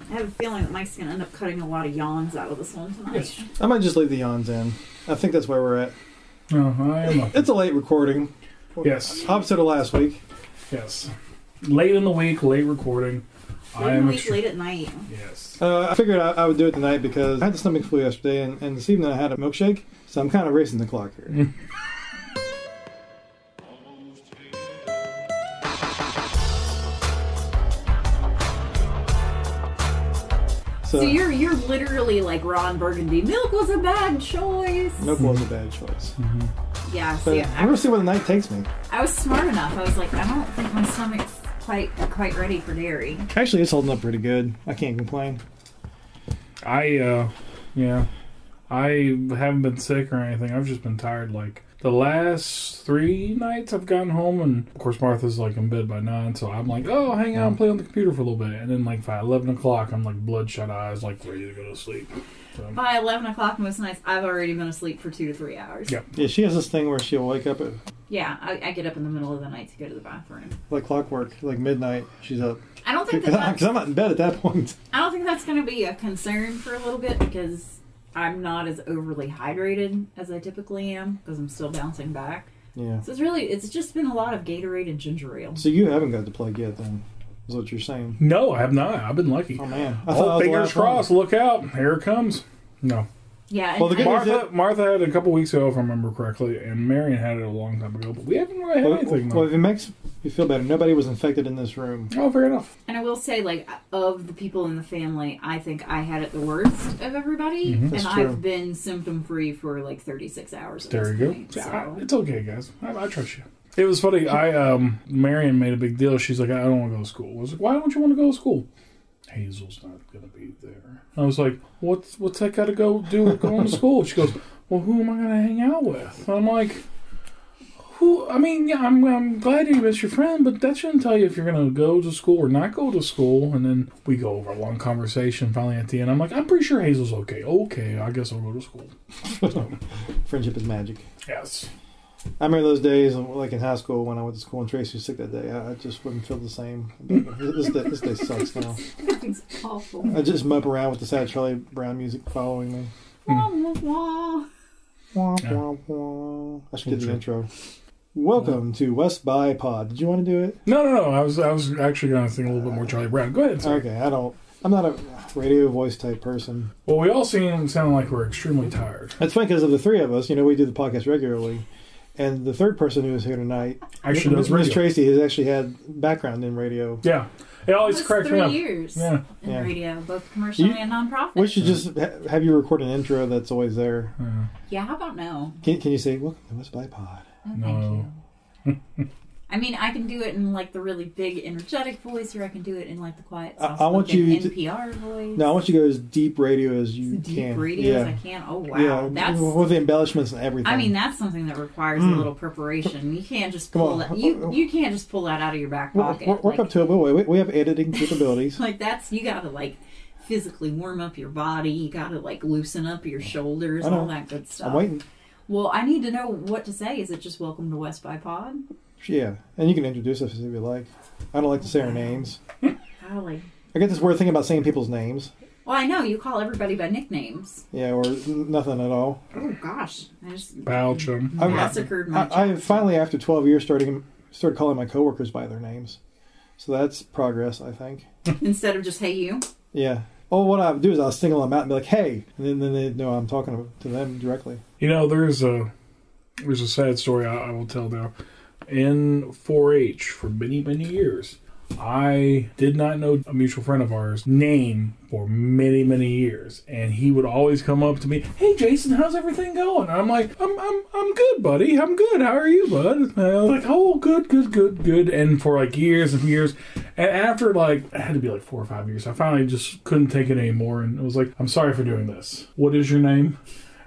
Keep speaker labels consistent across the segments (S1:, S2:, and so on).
S1: I have a feeling that Mike's going to end up cutting a lot of yawns out of this one tonight.
S2: I might just leave the yawns in. I think that's where we're at.
S3: Oh, I am up.
S2: It's a late recording.
S3: Yes,
S2: Opposite of last week.
S3: yes. Late in the week, late recording. I
S1: Late in
S3: am
S1: the week,
S3: extre-
S1: late at night.
S3: Yes.
S2: Uh, I figured I, I would do it tonight because I had the stomach flu yesterday, and, and this evening I had a milkshake, so I'm kind of racing the clock here. so,
S1: So you're you're literally like Ron Burgundy. Milk was a bad choice.
S2: milk was a bad choice.
S1: Yeah,
S2: But
S1: see,
S2: I'm
S1: I,
S2: gonna see where the night takes me.
S1: I was smart enough. I was like, I don't think my stomach's quite quite ready for dairy.
S2: Actually, it's holding up pretty good. I can't complain.
S3: I, uh, yeah. I haven't been sick or anything. I've just been tired. Like, the last three nights I've gotten home, and of course, Martha's like in bed by nine, so I'm like, oh, hang out and play on the computer for a little bit. And then, like, by 11 o'clock, I'm like bloodshot eyes, like, ready to go to sleep. So,
S1: By eleven o'clock most nights, I've already been asleep for two to three hours.
S3: Yeah.
S2: Yeah, she has this thing where she'll wake up at
S1: Yeah, I, I get up in the middle of the night to go to the bathroom.
S2: like clockwork, like midnight. She's up
S1: I don't think that
S2: because
S1: that's,
S2: I'm not in bed at that point.
S1: I don't think that's going to be a concern for a little bit because I'm not as overly hydrated as I typically am because I'm still bouncing back.
S2: Yeah.
S1: So it's really it's just been a lot of Gatorade and ginger ale.
S2: So you haven't got the plug yet, then, is what you're saying?
S3: no, I have not. I've been lucky.
S2: Oh man, I
S3: Oh,
S2: was the
S3: fingers
S2: last one.
S3: crossed. Look out. Here it comes. No.
S1: Yeah. and
S2: Well, the
S1: I-
S2: good news
S3: Martha, Martha had it a couple weeks ago, if I remember correctly, and Marion had it a long time ago. But we haven't really had
S2: Well,
S3: anything.
S2: well,
S3: though.
S2: if it makes you feel better, nobody was infected in this room.
S3: oh, fair enough.
S1: And I will say, like, of the people in the family, I think I had it the worst of everybody,
S2: Mm-hmm. That's
S1: and
S2: true.
S1: I've been symptom free for like 36 hours. At
S3: There
S1: this
S3: you go.
S1: point,
S3: Yeah, I-
S1: so.
S3: it's okay, guys. I, I trust you. It was funny. I um, Marion made a big deal. She's like, I don't want to go to school. I was like, Why don't you want to go to school? Hazel's not gonna be there. I was like, What's what's that got to go do with going to school? She goes, Well, who am I gonna hang out with? I'm like, Who? I mean, yeah, I'm I'm glad you miss your friend, but that shouldn't tell you if you're gonna go to school or not go to school. And then we go over a long conversation. Finally, at the end, I'm like, I'm pretty sure Hazel's okay. Okay, I guess I'll go to school.
S2: Friendship is magic.
S3: Yes.
S2: I remember those days, like in high school, when I went to school and Tracy was sick that day. I I just wouldn't feel the same. this, day, this day sucks now.
S1: It's awful.
S2: I just mope around with the sad Charlie Brown music following me.
S1: Wah, wah, wah.
S2: Wah,
S3: Yeah.
S2: wah, wah. I should get the
S3: Sure.
S2: intro. Welcome to West by Pod. Did you want to do it?
S3: No, no, no. I was, I was actually going to sing a little bit more Charlie Brown. Go ahead. Sorry.
S2: Okay, I don't. I'm not a radio voice type person.
S3: Well, we all seem sound like we're extremely tired.
S2: It's funny because of the three of us, you know, we do the podcast regularly, and the third person who is here tonight,
S3: Actually,
S2: Miss
S3: that's radio.
S2: Tracy, has actually had background in radio.
S3: Yeah, it always
S1: Almost
S3: cracks me
S1: three
S3: up.
S1: years
S3: Yeah.
S1: in
S2: Yeah.
S1: radio, both commercially
S2: You-
S1: and nonprofit.
S2: We should just ha- have you record an intro that's always there.
S3: Yeah.
S1: yeah, how about no?
S2: Can, can you say "Welcome to West by Pod"?
S1: No, thank
S3: No.
S1: you. I mean, I can do it in like the really big, energetic voice, or I can do it in like the quiet,
S2: I- I want you to-
S1: soft-spoken NPR voice.
S2: No, I want you to go as deep radio as you
S1: It's deep
S2: can.
S1: radios. I
S2: yeah,
S1: can't. Oh wow,
S2: yeah,
S1: that's
S2: with the embellishments and everything.
S1: I mean, that's something that requires a little preparation. You can't just
S2: Mm. Come
S1: pull
S2: on.
S1: that. You you can't just pull that out of your back
S2: Wor-
S1: pocket.
S2: wor- work
S1: like,
S2: up to it, but we, we have editing capabilities.
S1: like that's you got to like physically warm up your body. You got to like loosen up your shoulders,
S2: I know.
S1: all that good stuff.
S2: I'm waiting.
S1: Well, I need to know what to say. Is it just welcome to West by Pod?
S2: Yeah, and you can introduce us if you like. I don't like to say our names.
S1: Golly.
S2: I get this weird thing about saying people's names.
S1: Well, I know you call everybody by nicknames.
S2: Yeah, or n- nothing at all.
S1: Oh gosh, I just
S3: Balcham.
S2: I'm-
S1: massacred my.
S2: I, I finally, after 12 years, starting started calling my coworkers by their names. So that's progress, I think.
S1: Instead of just hey you.
S2: Yeah. Oh, what I would do is I'll single them out and be like, "Hey," and then, then they know I'm talking to them directly.
S3: You know, there's a there's a sad story I, I will tell now. In 4-H for many many years, I did not know a mutual friend of ours name for many many years, and he would always come up to me, "Hey Jason, how's everything going?" And I'm like, "I'm I'm I'm good, buddy. I'm good. How are you, bud?" And I was like, "Oh, good, good, good, good." And for like years and years, and after like it had to be like four or five years, I finally just couldn't take it anymore, and it was like, "I'm sorry for doing this. What is your name?"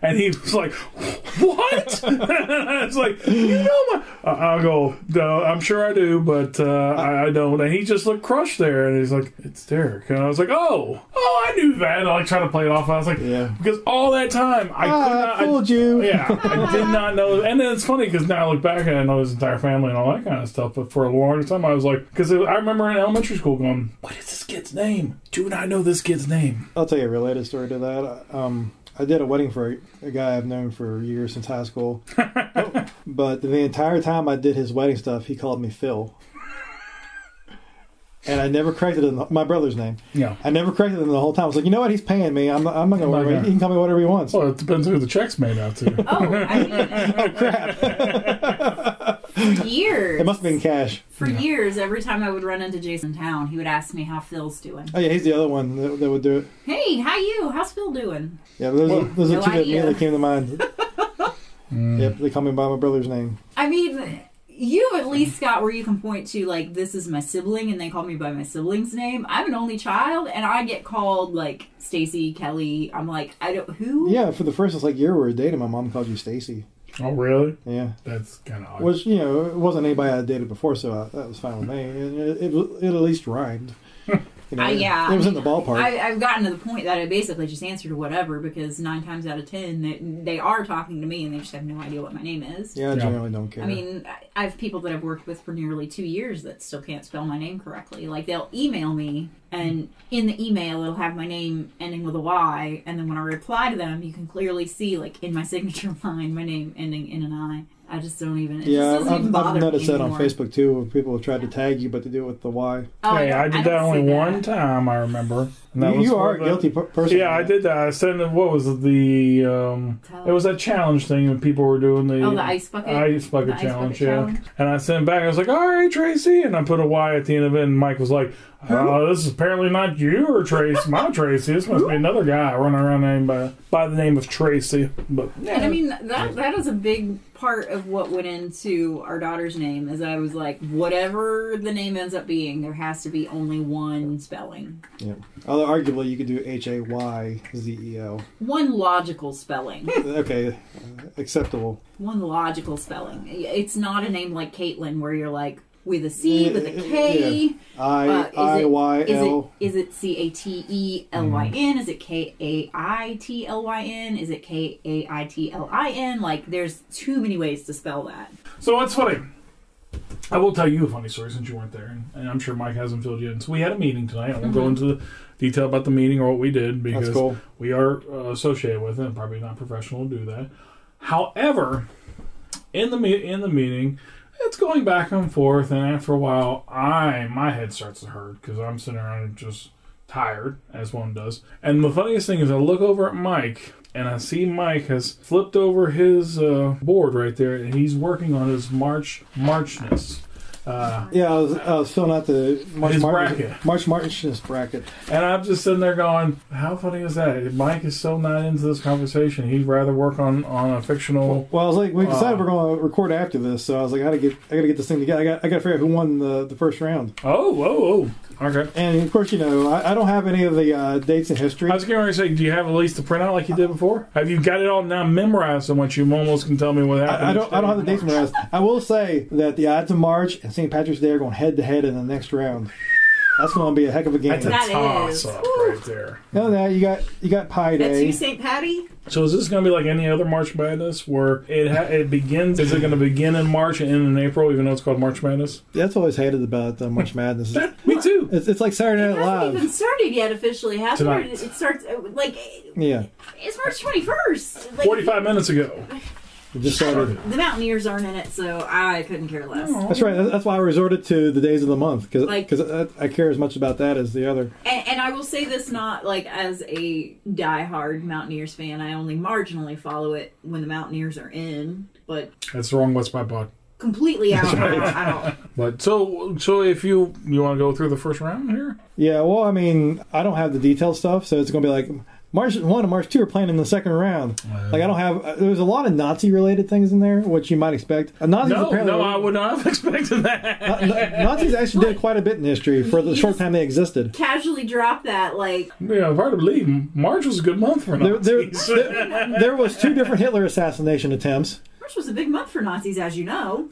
S3: And he was like, "What?" I was like, "You know my." I- I'll go. No, I'm sure I do, but uh, I, I don't. And he just looked crushed there, and he's like, "It's Derek." And I was like, "Oh, oh, I knew that." And I like tried to play it off. I was like,
S2: Yeah.
S3: because all that time I could
S2: Ah,
S3: not.
S2: I
S3: I-
S2: fooled you.
S3: yeah, I did not know. And then it's funny because now I look back and I know his entire family and all that kind of stuff. But for a long time, I was like, because I remember in elementary school going, "What is this kid's kid's name. Do not know this kid's name.
S2: I'll tell you a related story to that. Um, I did a wedding for a, a guy I've known for years since high school, but the entire time I did his wedding stuff, he called me Phil, and I never corrected him. My brother's name.
S3: Yeah.
S2: I never corrected him the whole time. I was like, you know what? He's paying me. I'm not, I'm not going to
S3: I'm not
S2: worry.
S3: gonna-
S2: He can call me whatever he wants.
S3: Well, it depends who the check's made out to.
S1: Oh, I mean,
S2: oh crap!
S1: for years.
S2: it must have been cash.
S1: For
S3: Yeah.
S1: years, every time I would run into Jason Town, he would ask me how Phil's doing.
S2: Oh yeah, he's the other one that, that would do it.
S1: Hey, how you? How's Phil doing?
S2: Yeah, those,
S3: Well,
S2: are, those are
S1: no
S2: two that
S1: idea.
S2: immediately came to mind.
S3: Mm.
S2: yep, they call me by my brother's name.
S1: I mean, you at least got where you can point to like this is my sibling, and they call me by my sibling's name. I'm an only child, and I get called like Stacy, Kelly. I'm like, I don't who.
S2: Yeah, for the first it's like year we were dating, my mom called you Stacy.
S3: Oh, really?
S2: Yeah,
S3: That's kind of odd.
S2: which you know it wasn't anybody I dated before, so I, that was fine with me. It, it, it at least rhymed. You
S1: Uh, yeah,
S2: it, was
S1: I
S2: in the
S1: mean,
S2: ballpark.
S1: I, I've gotten to the point that I basically just answer to whatever because nine times out of ten, they, they are talking to me and they just have no idea what my name is.
S2: yeah, I
S3: Yeah.
S2: generally don't care.
S1: I mean, I- I have people that I've worked with for nearly two years that still can't spell my name correctly. Like, they'll email me, and in the email, it'll have my name ending with a Y. And then when I reply to them, you can clearly see, like, in my signature line, my name ending in an I. I just don't even, it
S2: yeah,
S1: just doesn't even
S2: I've,
S1: bother
S2: I've noticed
S1: me
S2: that on
S1: anymore.
S2: Facebook too. Where people have tried to tag you, but they do it with the Y.
S1: Oh,
S3: hey, I,
S1: don't-
S3: did
S1: don't
S3: that only
S1: see
S3: one time, I remember. And that
S2: You,
S3: was
S2: you
S3: for
S2: are a
S3: the-
S2: guilty per- person.
S3: Yeah, I did that. I sent them, what was it, the, um,
S1: Tell-
S3: it was that challenge thing when people were doing the,
S1: Oh, the ice bucket?
S3: ice bucket
S1: The ice
S3: challenge,
S1: bucket
S3: yeah.
S1: challenge?
S3: And I sent back, I was like, all right, Tracy. And I put a Y at the end of it, and Mike was like, oh, this is apparently not you or Trace, my Tracy. This must be another guy running around named by, by the name of Tracy. But, yeah.
S1: And I mean that that is a big part of what went into our daughter's name is I was like, whatever the name ends up being, there has to be only one spelling.
S2: Yeah. Although arguably you could do H A Y Z E L.
S1: One logical spelling.
S2: Okay, uh, acceptable.
S1: one logical spelling. It's not a name like Caitlin where you're like with a C, with a K.
S2: I
S1: Uh, is
S2: I
S1: it-
S2: Y
S1: Is it
S2: L.
S1: is it C A T E L Y N?
S3: Mm-hmm.
S1: Is it K A I T L Y N? Is it K A I T L I N? Like there's too many ways to spell that.
S3: So what's funny? I will tell you a funny story since you weren't there, and- and I'm sure Mike hasn't filled you in. So we had a meeting tonight. I won't go into the detail about the meeting or what we did because
S2: That's cool.
S3: we are uh, associated with it and probably not professional to do that. However, in the me- in the meeting, it's going back and forth, and after a while, I my head starts to hurt because I'm sitting around and just tired as one does. And the funniest thing is, I look over at Mike and I see Mike has flipped over his uh, board right there, and he's working on his March Marchness. Uh,
S2: Yeah, I was, I was filling out the March
S3: His
S2: Martin,
S3: bracket.
S2: March Martin's bracket.
S3: And I'm just sitting there going, "How funny is that?" Mike is so not into this conversation. He'd rather work on on a fictional.
S2: Well, I was like, we decided
S3: Wow.
S2: we're going to record after this, so I was like, I gotta get, I gotta get this thing together. I got, I gotta figure out who won the, the first round.
S3: Oh, oh, oh. Okay.
S2: And of course, you know, I, I don't have any of the uh, dates in history.
S3: I was going to say, do you have at least the printout like you did before? Have you got it all now memorized so much you almost can tell me what happened?
S2: I, I don't, I don't have the dates memorized. I will say that the odds of March and St. Patrick's Day are going head to head in the next round. That's going to be a heck of a game.
S3: That's a
S1: That is.
S3: toss up right there.
S2: No, no, you got, you got Pi
S1: That's you,
S2: Day.
S1: St. Patty.
S3: So is this going to be like any other March Madness where it ha- it begins? Is it going to begin in March and end in April, even though it's called March Madness?
S2: That's always hated about the March Madness.
S3: Me too.
S2: It's, it's like Saturday
S1: It
S2: Night
S1: hasn't even
S2: Live.
S1: started yet officially, has it? Or
S3: Tonight.
S1: It starts uh, like
S2: Yeah,
S1: it's March twenty first. Like,
S3: Forty-five minutes ago.
S2: it just started.
S1: The Mountaineers aren't in it, so I couldn't care less.
S2: That's right. That's why I resorted to the days of the month because
S1: Like-
S2: I, I care as much about that as the other.
S1: And, and I will say this not like as a diehard Mountaineers fan. I only marginally follow it when the Mountaineers are in, but
S3: That's the wrong. What's my pod?
S1: completely out. I don't- I don't.
S3: But so so if you you want to go through the first round here,
S2: Yeah. Well, I mean, I don't have the detailed stuff, so it's going to be like March one and March two are playing in the second round. Like I don't have. Uh, there's a lot of Nazi related things in there, which you might expect. Uh, Nazis
S3: no,
S2: apparently.
S3: no, I would not have expected that.
S2: Na- Na- Nazis actually did quite a bit in history for the short time they existed.
S1: Casually drop that like
S3: Yeah, it's hard to believe March was a good month for
S2: There, there,
S3: Nazis.
S2: there, there was two different Hitler assassination attempts.
S1: March was a big month for Nazis, as you know.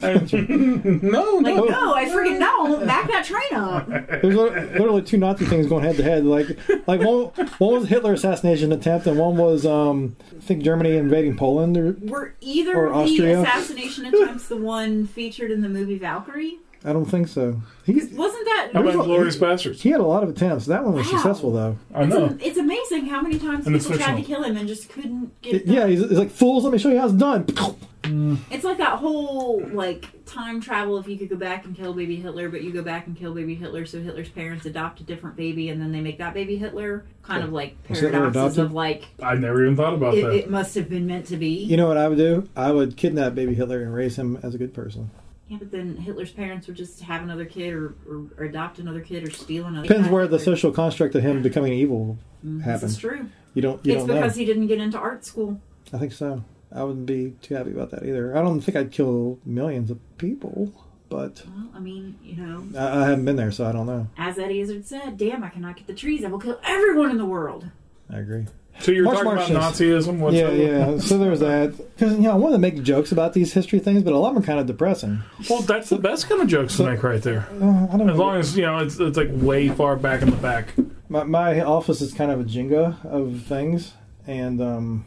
S3: no,
S1: Like
S3: no.
S1: no, I freaking don't back that train up.
S2: There's li- literally two Nazi things going head to head. Like, like one, one was Hitler assassination attempt, and one was um, I think Germany invading Poland. Or,
S1: Were either
S2: Or
S1: of the
S2: Austria.
S1: assassination attempts the one featured in the movie Valkyrie?
S2: I don't think so. He
S1: Wasn't that?
S3: How
S2: There's
S3: about
S2: a-
S3: Glorious Bastards?
S2: he had a lot of attempts. That one was
S1: Wow.
S2: successful though.
S3: I
S1: it's,
S3: know.
S1: a- it's amazing how many times
S3: And it's
S1: people tried to
S3: fictional.
S1: kill him and just couldn't get it.
S2: It-
S1: done.
S2: yeah, he's, he's like fools. Let me show you how it's done.
S1: It's like that whole like time travel. If you could go back and kill baby Hitler, but you go back and kill baby Hitler, so Hitler's parents adopt a different baby, and then they make that baby Hitler. Kind of like
S2: Was Hitler
S1: paradoxes
S2: adopted?
S1: of like
S3: I never even thought about
S1: it,
S3: that.
S1: it must have been meant to be.
S2: You know what I would do? I would kidnap baby Hitler and raise him as a good person.
S1: Yeah, but then Hitler's parents would just have another kid, or, or, or adopt another kid, or steal another.
S2: Depends
S1: kid.
S2: where the social construct of him becoming evil
S1: Mm-hmm. This is
S2: happened.
S1: true.
S2: You don't. You
S1: it's
S2: don't know.
S1: because he didn't get into art school.
S2: I think so. I wouldn't be too happy about that either. I don't think I'd kill millions of people, but
S1: Well, I mean, you know,
S2: I, I haven't been there, so I don't know.
S1: as Ed Izzard said, "Damn, I cannot get the trees. I will kill everyone in the world."
S2: I agree.
S3: so you're
S2: March
S3: talking about
S2: Martians.
S3: Nazism? What's
S2: yeah,
S3: that?
S2: yeah. So there's that. Because you know, I want to make jokes about these history things, but a lot of them are kind of depressing.
S3: Well, that's the best kind of jokes to make right there.
S2: Uh, I don't
S3: As
S2: know.
S3: long as, you know, it's, it's like way far back in the back.
S2: My, my office is kind of a Jenga of things, and um,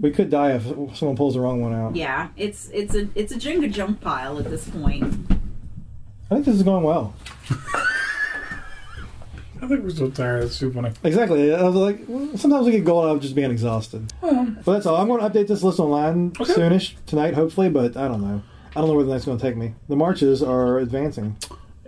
S2: we could die if someone pulls the wrong one out.
S1: Yeah, it's it's a it's a Jenga junk pile at this point.
S2: I think this is going well.
S3: I think we're so tired. That's too funny.
S2: Exactly. I was like, well, sometimes we get gold out of just being exhausted.
S1: Uh-huh.
S2: But that's all. I'm going to update this list online
S3: Okay.
S2: soonish tonight, hopefully. But I don't know. I don't know where the night's going to take me. The marches are advancing.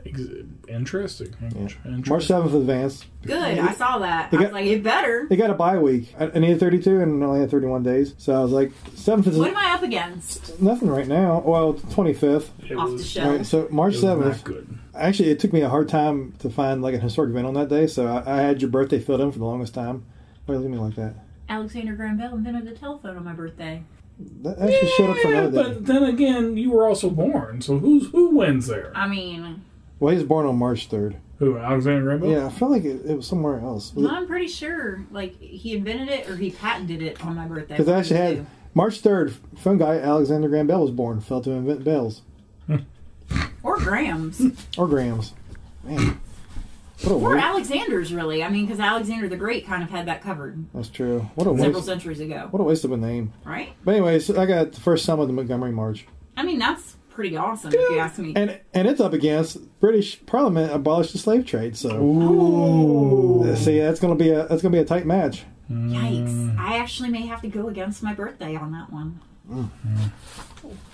S3: Ex- interesting. Interesting.
S2: March seventh advanced.
S1: Good, I saw that.
S2: They
S1: I
S2: got-
S1: was like, it better.
S2: They got a bye week. I I needed 32 and only had 31 days, so I was like, seventh is
S1: What am I up against?
S2: nothing right now. Well, 25th.
S3: It
S1: Off the
S3: was-
S1: shelf.
S2: All right, so March
S3: It was not
S2: 7th.
S3: good.
S2: Actually, it took me a hard time to find like a historic event on that day, so I, I had your birthday filled in for the longest time. Why you look at me like that?
S1: Alexander Graham Bell invented the telephone on my birthday.
S2: That actually showed up for
S3: Yeah,
S2: another day.
S3: but then again, you were also born, so who's who wins there?
S1: I mean,
S2: Well, he was born on March 3rd.
S3: Who Alexander Graham Bell?
S2: Yeah, I felt like it, it was somewhere else. Was it-
S1: I'm pretty sure like he invented it or he patented it on my birthday.
S2: Because I actually
S1: What do you
S2: had March 3rd, phone guy Alexander Graham Bell was born, fell to invent bells
S1: do? or Graham's
S2: or grams. Man, what a
S1: or
S2: waste.
S1: Alexander's really. I mean, because Alexander the Great kind of had that covered
S2: That's true. What a
S1: several
S2: waste.
S1: centuries ago,
S2: What a waste of a name.
S1: right?
S2: But anyways, I got the first sum of the Montgomery March,
S1: I mean, that's pretty awesome if you ask me.
S2: and and it's up against British Parliament abolished the slave trade. So
S1: Ooh.
S2: see, that's gonna be a that's gonna be a tight match.
S3: Mm.
S1: Yikes! I actually may have to go against my birthday on that one.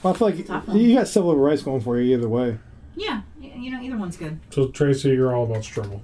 S2: Well, I feel like
S1: Tough one.
S2: you got civil rights going for you either way.
S1: Yeah, y- you know, either one's good.
S3: So Tracy, you're all about struggle.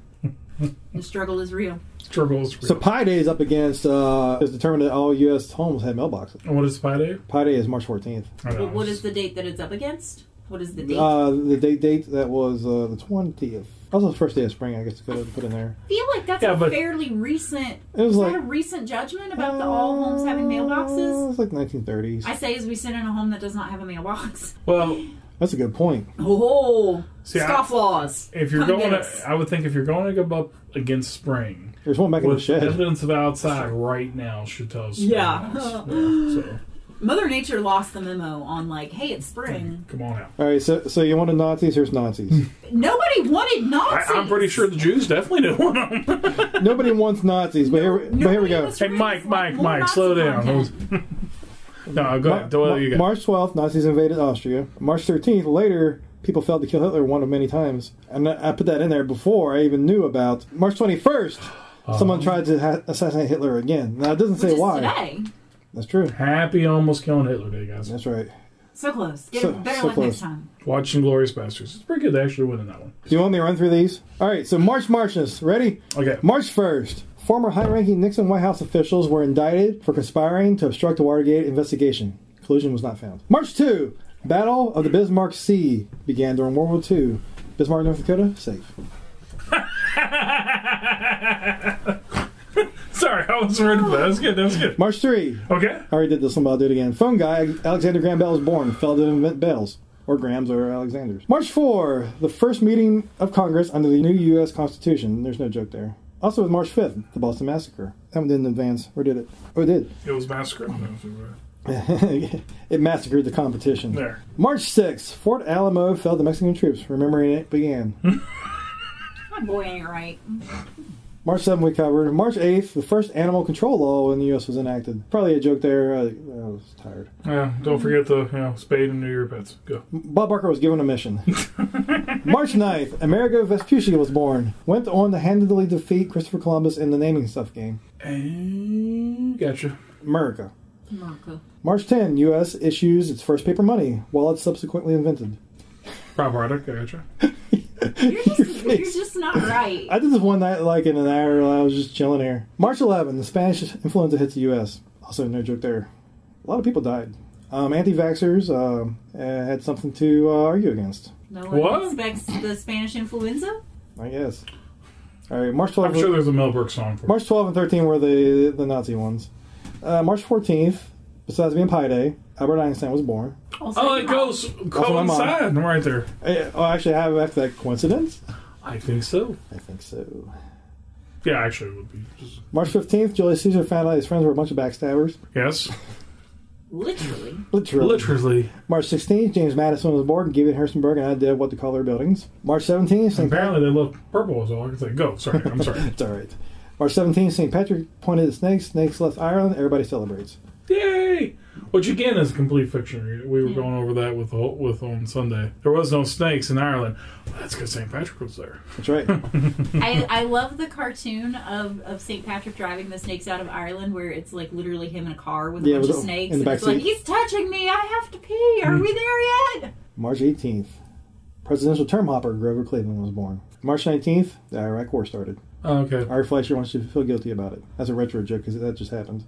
S1: The struggle is real.
S3: Struggle is real.
S2: So Pi Day is up against uh, is determined that all U.S. homes had mailboxes.
S3: And what is Pi Day?
S2: Pi Day is March 14th.
S3: I don't know.
S1: But what is the date that it's up against? What is the date?
S2: Uh, the date date that was uh, the 20th. Also, the first day of spring. I guess could have put in there.
S1: I feel like that's
S3: Yeah,
S1: a
S3: but-
S1: fairly recent.
S2: It was
S1: Is
S2: like
S1: that a recent judgment about the all homes having
S2: Uh,
S1: mailboxes?
S2: It's like 1930s.
S1: I say, as we sit in a home that does not have a mailbox.
S3: well,
S2: That's a good point.
S1: Oh,
S3: See, I-
S1: scofflaws!
S3: if you're
S1: Come get
S3: going, to,
S1: us.
S3: I would think if you're going to go up against spring,
S2: There's one back in the
S3: with
S2: shed.
S3: evidence of outside right now should tell us.
S1: Yeah.
S3: so
S1: Mother Nature lost the memo on like, hey, it's spring.
S3: come on out.
S2: All right, so so you wanted Nazis? Here's Nazis.
S1: Nobody wanted
S3: Mm. I,
S1: Nazis.
S3: I'm pretty sure the Jews definitely didn't want them.
S2: Nobody wants Nazis, but here but here we
S1: Nobody
S2: go.
S1: was
S3: Hey,
S1: ready
S3: Mike,
S1: for
S3: Mike,
S1: more
S3: Mike,
S1: Nazi
S3: slow down.
S1: content.
S3: no, go ahead. What do you got?
S2: March 12th, Nazis invaded Austria. March 13th, later, people failed to kill Hitler one of many times. And I I put that in there before I even knew about. March 21st,
S3: Oh.
S2: someone tried to ha- assassinate Hitler again. Now, it doesn't
S1: Which
S2: say
S1: is
S2: why.
S1: Today,
S2: That's true.
S3: Happy almost killing Hitler Day, guys.
S2: That's right.
S1: so close. Get
S2: So-
S1: it better
S2: so
S1: luck
S2: close.
S1: next time.
S3: Watching Glorious Bastards. It's pretty good. They actually winning that one.
S2: Do you want me to run through these? All right, so March Marchness. Ready?
S3: Okay.
S2: March 1st. Former high ranking Nixon White House officials were indicted for conspiring to obstruct the Watergate investigation. Collusion was not found. March 2. Battle of the Bismarck Sea began during World War II. Bismarck, North Dakota, safe.
S3: Sorry, I was worried about that. That was good. That was good.
S2: March 3.
S3: Okay.
S2: I already did this one, but I'll do it again. Phone guy, Alexander Graham Bell was born. Fell to invent bells. Or Grahams or Alexanders. March 4, the first meeting of Congress under the new U.S. Constitution. There's no joke there. Also, with March 5th, the Boston Massacre. That one didn't advance, or did it? Oh, it did.
S3: It was massacre.
S2: it massacred the competition.
S3: There.
S2: March 6th, Fort Alamo fell to Mexican troops. Remembering it began.
S1: My boy ain't right.
S2: March 7th, we covered. March 8th, the first animal control law in the U.S. was enacted. Probably a joke there. I, I was tired.
S3: Yeah, don't forget the you know, spade and new your pets. Go.
S2: Bob Barker was given a mission. March 9th, Amerigo Vespucci was born. Went on to handily defeat Christopher Columbus in the naming stuff game.
S3: And gotcha.
S2: America.
S1: Marco.
S2: March 10, U.S. issues its first paper money, while it's subsequently invented.
S3: Byproduct, I gotcha.
S1: You're just, you're
S2: face.
S1: just not right.
S2: I did this one night, like in an hour, while I was just chilling here. March 11, the Spanish influenza hits the U.S. Also, no joke there. A lot of people died. Um, anti-vaxxers um, uh, had something to uh, argue against,
S1: No one
S3: What?
S1: expects the Spanish influenza.
S2: I guess. All right, March 12.
S3: I'm sure there's a Mel Brooks song for it.
S2: March 12 and 13 were the the Nazi ones. Uh, March 14th, besides being Pi Day, Albert Einstein was born.
S1: Also,
S3: Oh, it goes
S2: my mom.
S3: coincide right there.
S2: Eh, Oh, actually, I have after that coincidence.
S3: I think so.
S2: I think so.
S3: Yeah, actually, it would be. Just,
S2: March 15th, Julius Caesar found out his friends were a bunch of backstabbers.
S3: yes,
S1: literally.
S2: Literally.
S3: literally.
S2: March 16th, James Madison was born, giving Harrisonburg an idea of what to call their buildings. March 17th, St.
S3: Apparently, they love purple. Is all I can say. Go. Sorry, I'm sorry.
S2: It's all right. March 17th, St. Patrick pointed at snakes. Snakes left Ireland. Everybody celebrates.
S3: Yay! Which again is a complete fiction. We were
S1: Yeah.
S3: going over that with the whole- with on Sunday. There was no snakes in Ireland. Well, that's because St. Patrick was there.
S2: That's right.
S1: I, I love the cartoon of, of St. Patrick driving the snakes out of Ireland where it's like literally him in a car with a
S2: Yeah,
S1: bunch
S2: with
S1: of
S2: the-
S1: snakes.
S2: in
S1: and
S2: the back
S1: it's like,
S2: seat.
S1: he's touching me. I have to pee. Are
S3: Hmm.
S1: we there yet?
S2: March 18th, presidential term hopper Grover Cleveland was born. March 19th, the Iraq War started.
S3: Oh, okay.
S2: Ari Fleischer wants you to feel guilty about it. That's a retro joke because that just happened.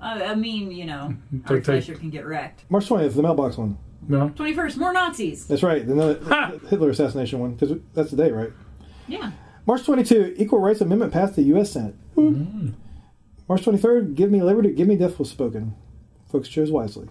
S1: Uh, I mean, you know, our
S3: Take- take-
S1: pleasure can get wrecked.
S2: March 20th, the mailbox one.
S3: No.
S1: 21st, more Nazis.
S2: That's right.
S3: Ha!
S2: The Hitler assassination one because that's the date, right?
S1: Yeah.
S2: March 22, Equal Rights Amendment passed the U.S. Senate. Whoop. March 23rd, Give Me Liberty, Give Me Death was spoken. Folks chose wisely.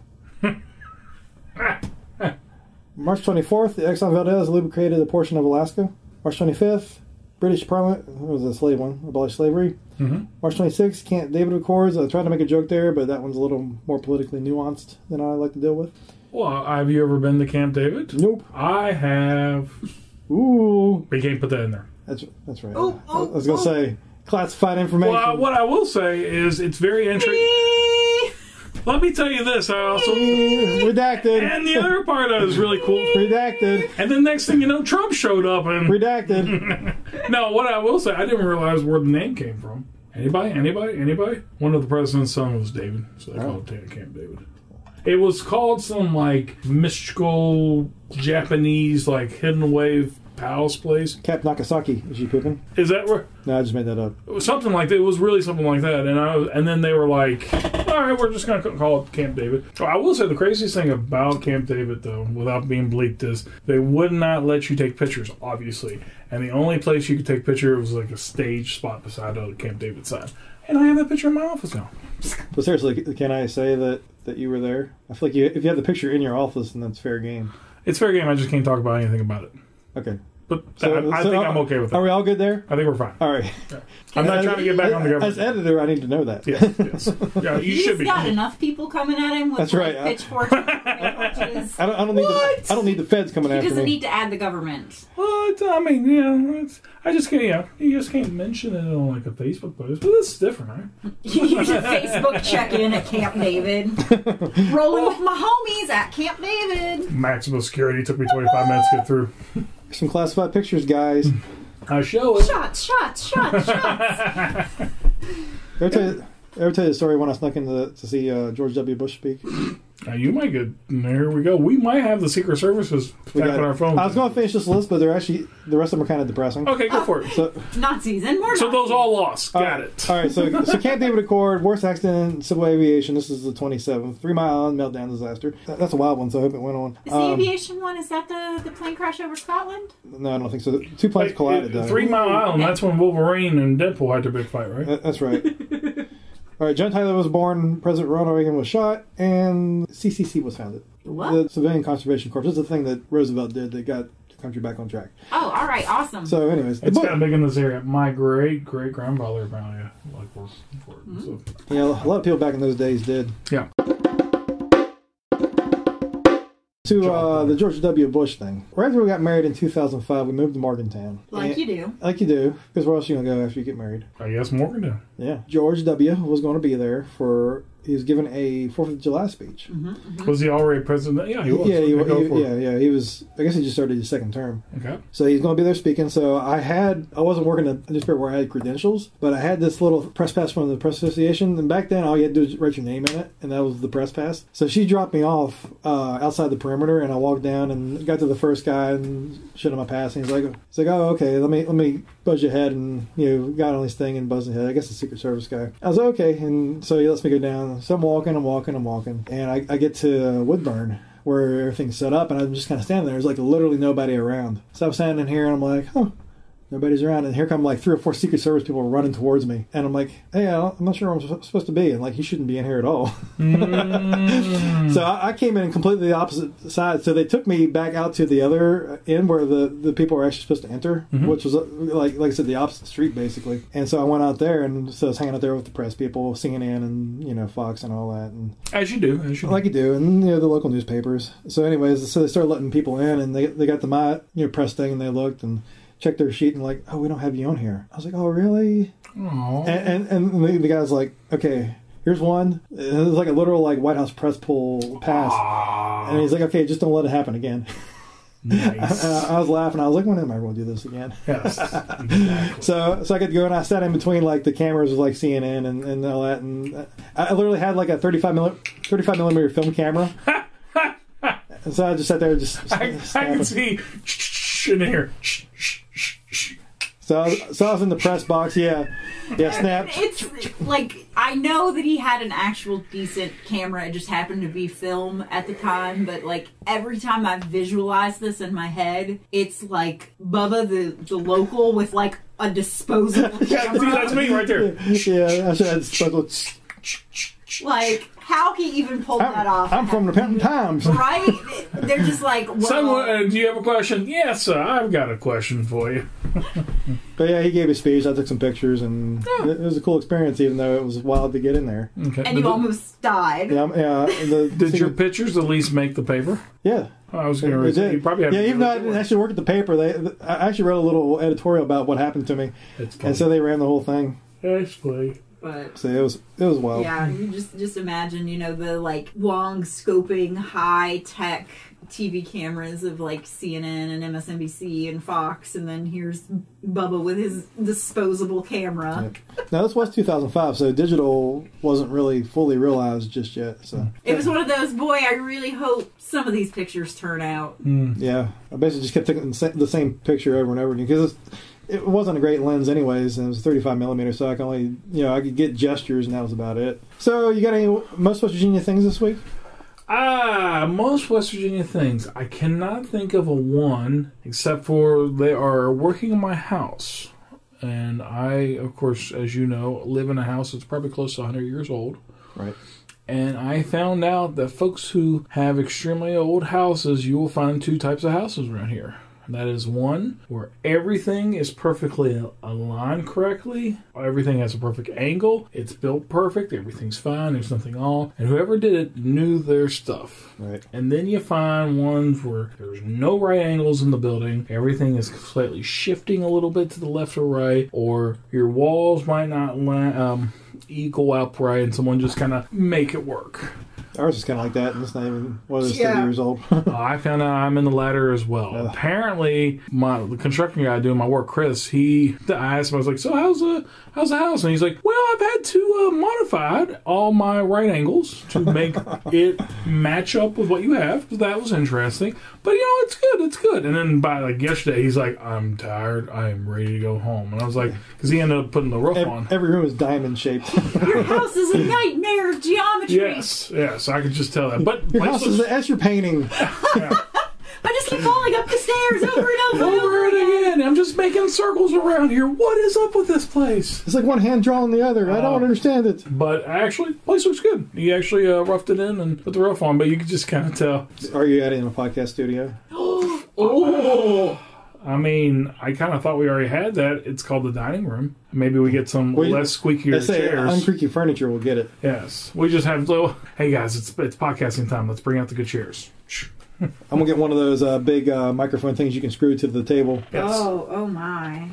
S2: March 24th, the Exxon Valdez lubricated a portion of Alaska. March 25th, British Parliament, that was a slave one, abolished slavery.
S3: Mhm.
S2: March 26th, Camp David Accords. I tried to make a joke there, but that one's a little more politically nuanced than I like to deal with.
S3: Well, have you ever been to Camp David?
S2: Nope.
S3: I have.
S2: Ooh.
S3: We can't put that in there.
S2: That's, that's right.
S1: Oh,
S2: I was
S1: oh,
S2: going to say, classified information.
S3: Well, what I will say is it's very interesting. Let me tell you this. I also
S2: Redacted.
S3: and the other part that was really cool.
S2: Redacted.
S3: And then next thing you know, Trump showed up. And
S2: Redacted.
S3: no, what I will say, I didn't realize where the name came from. Anybody? Anybody? Anybody? One of the president's son was David, so they called it Camp David. It was called some like mystical Japanese like hidden wave palace place.
S2: Cap Nakasaki. Is she pooping?
S3: Is that where?
S2: No, I just made that up.
S3: It was something like that. It was really something like that. And I was, and then they were like, "All right, we're just gonna ca- call it Camp David." So I will say the craziest thing about Camp David, though, without being bleeped, is they would not let you take pictures, obviously. And the only place you could take picture was like a stage spot beside a Camp David sign. And I have that picture in my office now.
S2: But seriously, can I say that that you were there? I feel like you, if you have the picture in your office, then that's fair game.
S3: It's fair game. I just can't talk about anything about it.
S2: Okay.
S3: But that, I
S2: so
S3: think
S2: are-
S3: I'm okay with it.
S2: Are we all good there?
S3: I think we're fine.
S2: All right.
S3: I'm not trying to get back on the
S2: As
S3: government.
S2: editor, I need to know that.
S3: Yes, yes. Yeah, you
S1: He's
S3: should be.
S1: got enough people coming at him with
S2: That's
S1: like,
S2: right, I-
S1: pitchforks and torches.
S2: I don't, I don't need.
S3: What?
S2: The, I don't need the feds coming
S1: He
S2: after
S1: doesn't
S2: me.
S1: need to add the government.
S3: Well, it's, uh, I mean, yeah, it's, I just can't. Yeah, you just can't mention it on like a Facebook post. But it's different, right?
S1: You should Facebook check in at Camp David. Rolling with my homies at Camp David.
S3: Maximum security took me 25 minutes to get through.
S2: Some classified pictures, guys.
S3: Hmm. I show it.
S1: Shots, shots, shots, shots.
S2: Ever tell you, ever tell you the story when I snuck in to, to see uh, George W. Bush speak?
S3: Now you might get. There we go. We might have the Secret Services back
S2: got-
S3: on our phone.
S2: I was going to finish this list, but they're actually the rest of them are kind of depressing.
S3: Okay, go for it.
S2: So
S1: Nazis and more
S3: So
S1: Nazis.
S3: those all lost. Got
S2: right.
S3: it.
S2: All right, so so Camp David Accord, worst accident in civil aviation. This is the 27th. Three Mile Island meltdown disaster. That- That's a wild one, so I hope it went on.
S1: Is the
S2: Um,
S1: aviation one, is that the, the plane crash over Scotland?
S2: no, I don't think so. Two planes
S3: Like,
S2: collided.
S3: uh,
S2: though.
S3: Three Mile Island. That's when Wolverine and Deadpool had their big fight, right?
S2: That- That's right. All right, John Tyler was born. President Ronald Reagan was shot, and CCC was founded.
S1: What?
S2: The Civilian Conservation Corps. This is the thing that Roosevelt did that got the country back on track.
S1: Oh, all right, awesome.
S2: So, anyways, the
S3: It's
S2: book.
S3: got big in this area. My great great grandfather apparently like worked for it. and stuff.
S2: You know, a lot of people back in those days did.
S3: Yeah.
S2: to uh,
S3: John.
S2: the George W. Bush thing. Right after we got married in 2005, we moved to Morgantown.
S1: Like
S2: And-
S1: you do.
S2: Like you do, because where else you going to go after you get married?
S3: I guess Morgantown.
S2: Yeah. George W. was going to be there for, he was given a 4th of July speech.
S1: Mm-hmm,
S3: Was he already president? Yeah, he was.
S2: Yeah, he,
S3: Okay, go
S2: he-
S3: for it.
S2: yeah, yeah. He was. I guess he just started his second term,
S3: Okay.
S2: so he's going to be there speaking. So I had, I wasn't working at a newspaper where I had credentials, but I had this little press pass from the press association, and back then all you had to do was write your name in it, and that was the press pass. So she dropped me off uh, outside the perimeter, and I walked down and got to the first guy and showed him my pass, and he's like, he's like, oh, okay, let me let me buzz your head, and you know, got on his thing and buzzed his head. I guess the Secret Service guy. I was like, okay, and so he lets me go down. So I'm walking, I'm walking, I'm walking, and I, I get to Woodburn where everything's set up, and I'm just kind of standing there. There's like literally nobody around. So I'm standing here, and I'm like, huh, nobody's around. And here come like three or four Secret Service people running towards me, and I'm like, hey, I don't- I'm not sure where I'm sup- supposed to be, and like he shouldn't be in here at all.
S3: Hmm.
S2: Mm. so I, I came in completely the opposite side. So they took me back out to the other end where the, the people were actually supposed to enter, which was uh, like like I said, the opposite street basically. And so I went out there, and so I was hanging out there with the press people, CNN, and you know Fox and all that, and
S3: As you do. As you do.
S2: like you do, and you know the local newspapers. So, anyways, so they started letting people in, and they they got the my you know press thing, and they looked and checked their sheet, and like, oh, we don't have you on here. I was like, oh, really?
S3: Aw.
S2: And and, and the, the guy's like, okay, here's one. And It was like a literal like White House press pull pass,
S3: Ah,
S2: and he's like, okay, just don't let it happen again.
S3: nice.
S2: Uh, I was laughing. I was like, when am I going to do this again?
S3: yes. Exactly.
S2: So, so I could go and I sat in between like the cameras of like CNN and, and all that, and I, I literally had like a 35 milli 35 millimeter film camera. and so I just sat there, just
S3: I, I can see in here.
S2: so I was, so I was in the press box. Yeah, yeah, snap.
S1: It's like I know that he had an actual decent camera. It just happened to be film at the time. But like every time I visualize this in my head, it's like Bubba the the local with like a disposable
S3: See,
S1: camera.
S3: that's me right there.
S2: Yeah, I should have struggled.
S1: like how he even pulled that
S2: I'm,
S1: off.
S2: I'm from Repentant Times.
S1: right? They're just like well,
S3: Someone, uh, do you have a question? Yes, uh, I've got a question for you.
S2: But yeah, he gave a speech. I took some pictures, and it, it was a cool experience, even though it was wild to get in there.
S3: Okay.
S1: and
S3: Did-
S1: you almost died.
S2: Yeah, I'm- yeah. The,
S3: Did your pictures at least make the paper?
S2: yeah?
S3: I was
S2: It
S3: going to.
S2: did.
S3: You probably have.
S2: yeah,
S3: to
S2: even
S3: do
S2: though
S3: it.
S2: I didn't actually work at the paper, they I actually wrote a little editorial about what happened to me,
S3: It's funny.
S2: and so they ran the whole thing.
S3: It's funny.
S1: But
S2: So it was it was wild.
S1: Yeah, you just just imagine, you know, the like long scoping high tech TV cameras of like CNN and MSNBC and Fox, and then here's Bubba with his disposable camera.
S2: Now this was 2005, so digital wasn't really fully realized just yet.
S3: Hmm.
S2: So
S1: It was one of those. Boy, I really hope some of these pictures turn out.
S2: yeah, I basically just kept taking the sa- the same picture over and over again because it wasn't a great lens anyways, and it was 35 millimeter, so I could only you know I could get gestures, and that was about it. So you got any most West Virginia things this week?
S3: Ah, most West Virginia things. I cannot think of a one except for they are working on my house. And I, of course, as you know, live in a house that's probably close to 100 years old.
S2: Right.
S3: And I found out that folks who have extremely old houses, you will find two types of houses around here. That is one where everything is perfectly aligned correctly, everything has a perfect angle, it's built perfect, everything's fine, there's nothing off, and whoever did it knew their stuff.
S2: Right.
S3: And then you find ones where there's no right angles in the building, everything is slightly shifting a little bit to the left or right, or your walls might not li- um, equal up right, and someone just kind of make it work.
S2: Ours is kind of like that, and it's not even one of those
S1: Yeah.
S2: 30 years old.
S3: Uh, I found out I'm in the latter as well. Apparently, my the construction guy doing my work, Chris, he I asked him, I was like, "So how's the how's the house?" And he's like, "Well, I've had to uh, modify all my right angles to make it match up with what you have." So that was interesting, but you know, it's good, it's good. And then by like yesterday, he's like, "I'm tired, I am ready to go home," and I was like, "Cause he ended up putting the roof on."
S2: Ev- Every room is diamond shaped.
S1: Your house is a nightmare of geometry.
S3: Yes, yes, I could just tell that. But
S2: Your
S3: place
S2: house
S3: looks-
S2: is an Escher painting.
S1: I just keep falling up the stairs over and over and
S3: over
S1: over
S3: it
S1: again.
S3: again. I'm just making circles around here. What is up with this place?
S2: It's like one hand drawing the other. I don't understand it.
S3: But actually, place looks good. He actually uh, roughed it in and put the roof on, but you could just kind of tell.
S2: Are you at it in a podcast studio?
S3: Oh, I mean, I kind of thought we already had that. It's called the dining room. Maybe we get some
S2: Well, you-
S3: less
S2: They
S3: squeakier
S2: say
S3: chairs.
S2: uncreaky furniture will get it.
S3: yes, we just have little. Hey guys, it's it's podcasting time. Let's bring out the good chairs. Shh.
S2: I'm gonna get one of those uh, big uh, microphone things you can screw to the table.
S4: Yes.
S1: Oh, oh my!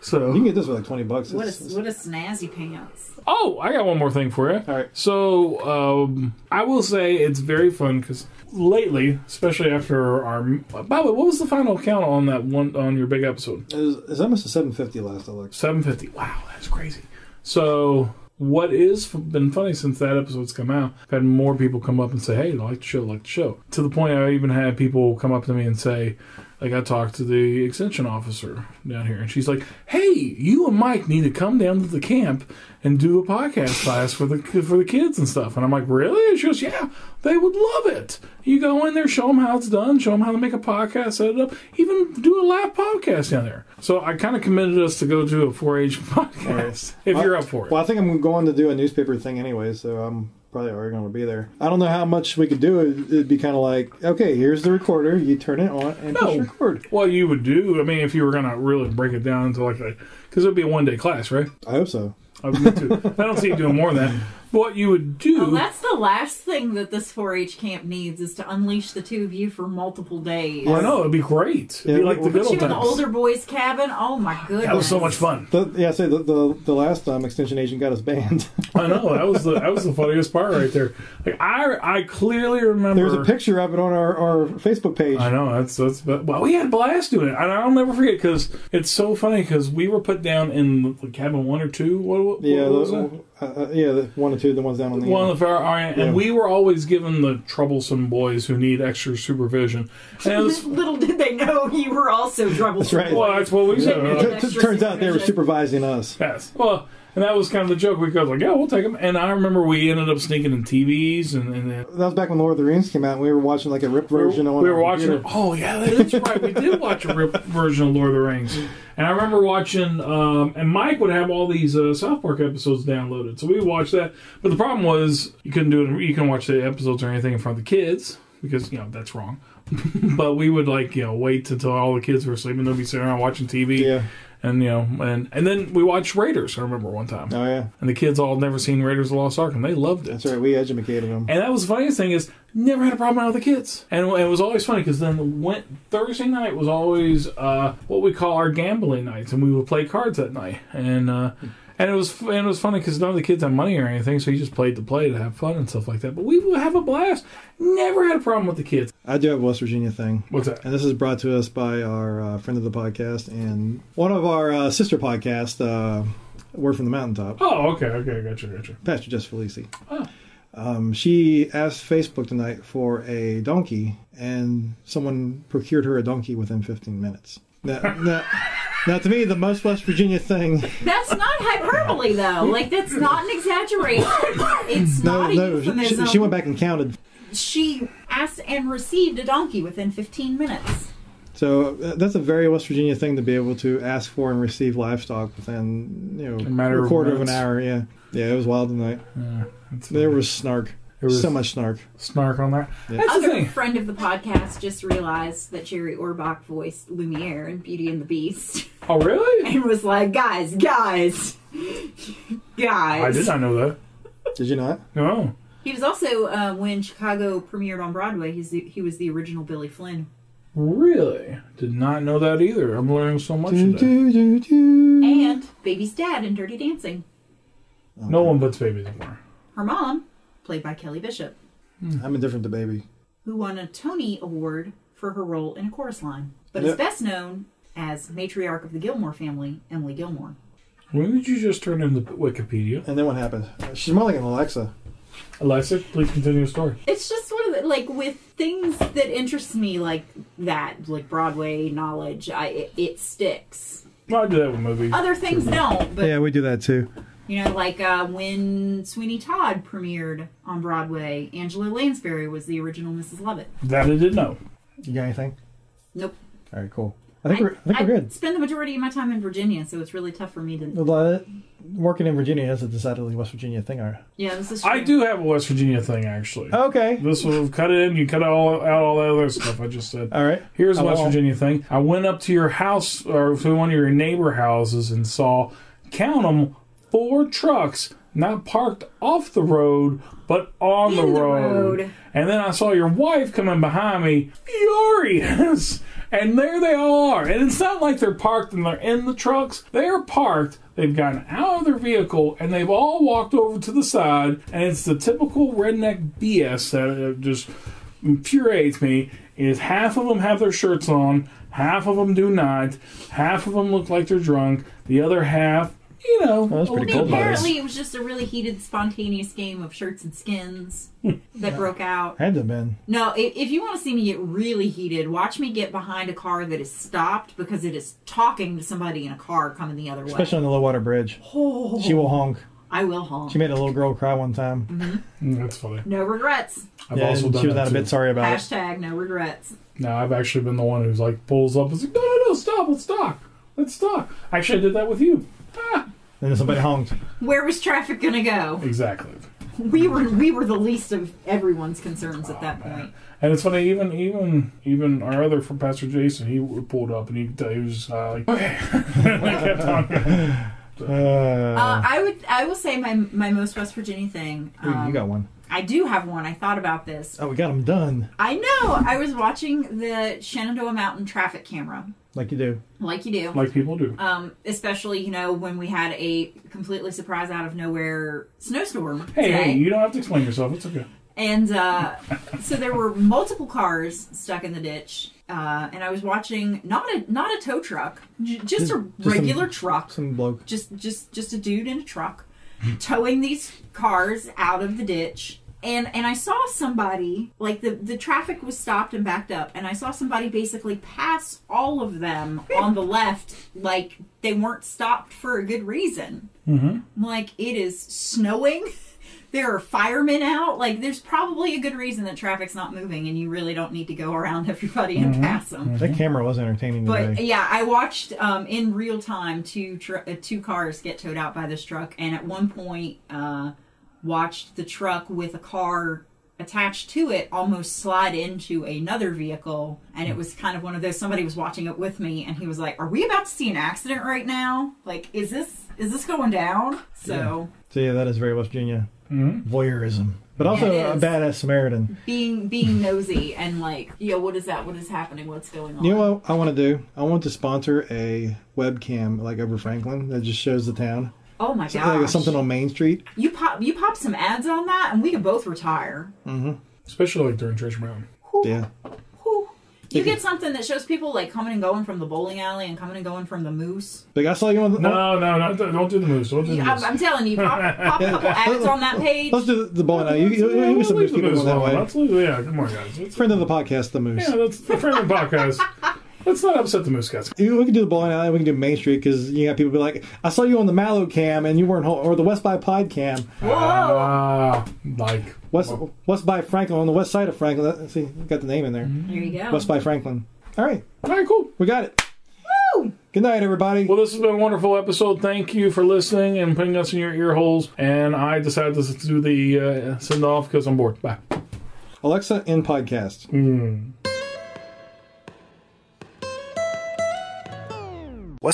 S4: So
S2: Ah. You can get this for like twenty bucks.
S1: What
S2: It's-
S1: a what a snazzy pants.
S3: Oh, I got one more thing for you.
S2: All right.
S3: So, um, I will say it's very fun because lately, especially after our. By the way, what was the final count on that one on your big episode?
S2: It was, it was almost a 750 last I looked.
S3: Seven fifty. Wow, that's crazy. So, what is been funny since that episode's come out? I've had more people come up and say, "Hey, I like the show, like the show." To the point, I even had people come up to me and say. Like I talked to the extension officer down here, and she's like, "Hey, you and Mike need to come down to the camp and do a podcast class for the for the kids and stuff. And I'm like, really? And she goes, yeah, they would love it. You go in there, show them how it's done, show them how to make a podcast, set it up, even do a live podcast down there. So I kind of committed us to go do a 4-H podcast if you're up for it.
S2: Well, I think I'm going to do a newspaper thing anyway, so I'm probably already going to be there. I don't know how much we could do. It'd, it'd be kind of like, okay, here's the recorder. You turn it on and push
S3: No.
S2: record.
S3: What you would do, I mean, if you were gonna really break it down into like a, because it would be a one day class, right?
S2: I hope so.
S3: I, would need to- I don't see you doing more than that. What you would do,
S1: Well, Oh, that's the last thing that this 4-H camp needs is to unleash the two of you for multiple days.
S3: I know it'd be great. It'd
S2: Yeah,
S3: be like the
S2: we'll
S3: good
S1: Put you
S3: old
S1: in the
S3: times.
S1: older boys' cabin. Oh my goodness!
S3: That was so much fun.
S2: The, yeah, I say the, the the last time extension agent got us banned.
S3: I know that was the that was the funniest part right there. Like I I clearly remember.
S2: There's a picture of it on our, our Facebook page.
S3: I know that's that's but well we had a blast doing it and I'll never forget because it's so funny because we were put down in like cabin one or two what, what,
S2: Yeah,
S3: what was
S2: the, uh, uh, yeah, the one or two, the ones down on
S3: it
S2: the
S3: one
S2: end.
S3: of the far and
S2: Yeah.
S3: we were always given the troublesome boys who need extra supervision and it was
S1: Little did they know you were also trouble.
S2: That's right.
S3: well that's what we said
S1: Yeah.
S2: Tur- tur- turns out they were
S1: Supervision.
S2: supervising us.
S3: Yes. Well, and that was kind of the joke because like yeah we'll take them and I remember we ended up sneaking in TVs and and then
S2: That was back when Lord of the Rings came out. and We were watching like a ripped version on.
S3: we were
S2: our
S3: watching.
S2: computer.
S3: Oh yeah, that's right. We did watch a rip version of Lord of the Rings, and I remember watching. Um, and Mike would have all these uh, South Park episodes downloaded, so we watched that. But the problem was you couldn't do it. You couldn't watch the episodes or anything in front of the kids because you know that's wrong. but we would like you know wait until all the kids were asleep and they'd be sitting around watching TV.
S2: Yeah.
S3: And you know, and and then we watched Raiders. I remember one time,
S2: Oh yeah,
S3: and the kids all had never seen Raiders of the Lost Ark, and they loved it.
S2: that's right. We educated them.
S3: And that was the funniest thing is never had a problem out with the kids, and it was always funny because then went Thursday night was always uh, what we call our gambling nights, and we would play cards that night, and uh, and it was and it was funny because none of the kids had money or anything, so you just played to play to have fun and stuff like that. But we would have a blast. Never had a problem with the kids.
S2: I do have a West Virginia thing.
S3: What's that?
S2: And this is brought to us by our uh, friend of the podcast and one of our uh, sister podcasts, uh, Word from the Mountaintop,
S3: Oh, okay, okay, gotcha, gotcha.
S2: Pastor Jess Felici.
S3: Oh.
S2: Um, she asked Facebook tonight for a donkey, and someone procured her a donkey within 15 minutes. Now, now, now to me, the most West Virginia thing.
S1: That's not hyperbole, though. Like that's not an exaggeration. It's
S2: No,
S1: not a
S2: no, she,
S3: um,
S1: euphemism.
S2: she went back and counted.
S1: She asked and received a donkey within 15 minutes.
S2: So uh, that's a very West Virginia thing to be able to ask for and receive livestock within you know
S3: A matter
S2: a
S3: of
S2: quarter of an
S3: minutes.
S2: hour. Yeah, yeah, it was wild tonight.
S3: Yeah, that's
S2: There was snark.
S3: There was-
S2: so much snark.
S3: snark on that.
S2: Yeah.
S3: That's the
S1: Other
S3: thing.
S1: friend of the podcast just realized that Jerry Orbach voiced Lumiere in Beauty and the Beast,
S3: Oh, really?
S1: and was like, "Guys, guys, guys."
S3: I did not know that.
S2: Did you not?
S3: No.
S1: He was also uh, when Chicago premiered on Broadway. He's the, he was the original Billy Flynn.
S3: Really? Did not know that either. I'm learning so much today.
S2: Do, do, do.
S1: and Baby's dad in Dirty Dancing.
S3: No one puts babies anymore.
S1: Her mom, played by Kelly Bishop,
S2: I'm indifferent to baby.
S1: who won a Tony Award for her role in A Chorus Line, but is
S2: Yeah.
S1: best known as matriarch of the Gilmore family, Emily Gilmore.
S3: When did you just turn into Wikipedia?
S2: And then what happened? Uh, She's more like an Alexa.
S3: Alexa, please continue the story.
S1: It's just one of the like with things that interest me like that, like Broadway knowledge. I it, it sticks.
S3: Well, I do that with movies.
S1: Other things don't, but
S2: yeah, we do that too.
S1: You know, like uh, when Sweeney Todd premiered on Broadway, Angela Lansbury was the original Mrs. Lovett.
S3: That I did know.
S2: You got anything?
S1: Nope.
S2: All right, cool. I think we're I think
S1: I
S2: we're good.
S1: spend the majority of my time in Virginia, so it's really tough for me to.
S2: Well, uh, Working in Virginia is a decidedly West Virginia thing. Are
S1: Yeah, this is. True.
S3: I do have a West Virginia thing, actually.
S2: okay.
S3: This will cut it in. You cut all out all that other stuff I just said.
S2: All right.
S3: Here's a
S2: Oh,
S3: West
S2: well.
S3: Virginia thing. I went up to your house or to one of your neighbor houses and saw, count them, four trucks not parked off the road but on the
S1: In the
S3: road.
S1: road.
S3: And then I saw your wife coming behind me, furious. And there they all are. And it's not like they're parked and they're in the trucks. They are parked. They've gotten out of their vehicle and they've all walked over to the side. And it's the typical redneck BS that uh, just infuriates me is half of them have their shirts on, half of them do not, half of them look like they're drunk, the other half, you know,
S4: that's pretty
S3: a
S1: I mean,
S4: cold
S3: little bit.
S4: blooded.
S1: apparently, it was just a really heated, spontaneous game of shirts and skins
S2: Hmm.
S1: that broke out.
S2: Had to have been.
S1: No, if, if you want to see me get really heated, watch me get behind a car that is stopped because it is talking to somebody in a car coming the other way.
S2: Especially on the low water bridge.
S1: Oh,
S2: She will honk.
S1: I will honk.
S2: She made a little girl cry one time.
S3: Mm, That's funny.
S1: No regrets.
S3: I've
S2: yeah,
S3: also
S2: and
S3: done
S2: she was
S3: that
S2: not a
S3: too.
S2: bit sorry about it.
S1: Hashtag no regrets.
S3: No, I've actually been the one who's like pulls up and is like, no, no, no, stop, let's talk, let's talk. Actually, I did that with you. Ah,
S2: And then somebody honked.
S1: Where was traffic gonna go?
S3: exactly.
S1: We were we were the least of everyone's concerns at that point.
S3: And it's funny, even even even our other from Pastor Jason, he w- pulled up and he, could tell- he was uh, like, okay, I kept talking.
S2: Uh,
S1: Uh, I would I will say my my most West Virginia thing.
S2: ooh,
S1: um,
S2: you got one.
S1: I do have one. I thought about this.
S2: Oh, we got them done.
S1: I know. I was watching the Shenandoah Mountain traffic camera,
S2: Like you do.
S1: like you do.
S3: like people do.
S1: um, especially you know when we had a completely surprise out of nowhere snowstorm
S3: Hey,
S1: today.
S3: hey, you don't have to explain yourself. It's okay.
S1: and uh, so there were multiple cars stuck in the ditch uh, and i was watching not a not a tow truck j- just,
S2: Just-
S1: a
S2: just some-
S1: regular truck
S2: Some bloke.
S1: just just just a dude in a truck towing these cars out of the ditch and and i saw somebody like the the traffic was stopped and backed up and i saw somebody basically pass all of them on the left like they weren't stopped for a good reason I'm like it is snowing there are firemen out like there's probably a good reason that traffic's not moving and you really don't need to go around everybody and pass them
S2: That camera was entertaining today.
S1: but yeah, I watched um, in real time two tr- uh, two cars get towed out by this truck, and at one point uh, watched the truck with a car attached to it almost slide into another vehicle, and it was kind of one of those. Somebody was watching it with me, and he was like, "Are we about to see an accident right now? Like, is this is this going down?" So
S2: So yeah, that is very West Virginia
S3: Mhm.
S2: voyeurism, but also
S1: Yeah, it
S2: a
S1: is.
S2: badass Samaritan.
S1: being being nosy and like, yeah, what is that? What is happening? What's going on?
S2: You know what I want to do? I want to sponsor a webcam like over Franklin that just shows the town,
S1: oh my
S2: Something like
S1: gosh!
S2: something on Main Street.
S1: you pop you pop some ads on that, and we could both retire.
S3: Especially like during Treasure Mountain.
S1: Whew.
S2: Mm-hmm. Yeah,
S1: Whew. You get something that shows people like coming and going from the bowling alley and coming and going from the moose.
S2: like I saw you on. The,
S3: No, no, no, don't- don't do the moves. Don't do the
S1: Yeah, I'm,
S3: moves.
S1: I'm telling you, pop, pop a couple ads on that page.
S2: Let's do the, the bowling. alley. You, you, you,
S3: Yeah,
S2: you some
S3: leave the
S2: people
S3: moves
S2: going that
S3: alone.
S2: way.
S3: Let's leave- Yeah, come on, guys. Let's-
S2: Friend of the podcast, the Moose.
S3: Yeah, that's the friend of the podcast. Let's not upset the moose guys.
S2: You- We can do the bowling alley. We can do Main Street because you got people be like, "I saw you on the Mallow cam and you weren't home," or the West by Pod cam,
S1: Whoa!
S3: Ah, like
S2: West West by Franklin on the west side of Franklin. That- See, got the name in there.
S3: Mm-hmm.
S1: there you go.
S2: West by Franklin. All right,
S3: all right, cool.
S2: we got it.
S1: Woo!
S2: Good night, everybody.
S3: Well, this has been a wonderful episode. Thank you for listening and putting us in your ear holes. And I decided to do the uh, send off because I'm bored. Bye.
S2: Alexa in podcast.
S3: Mm.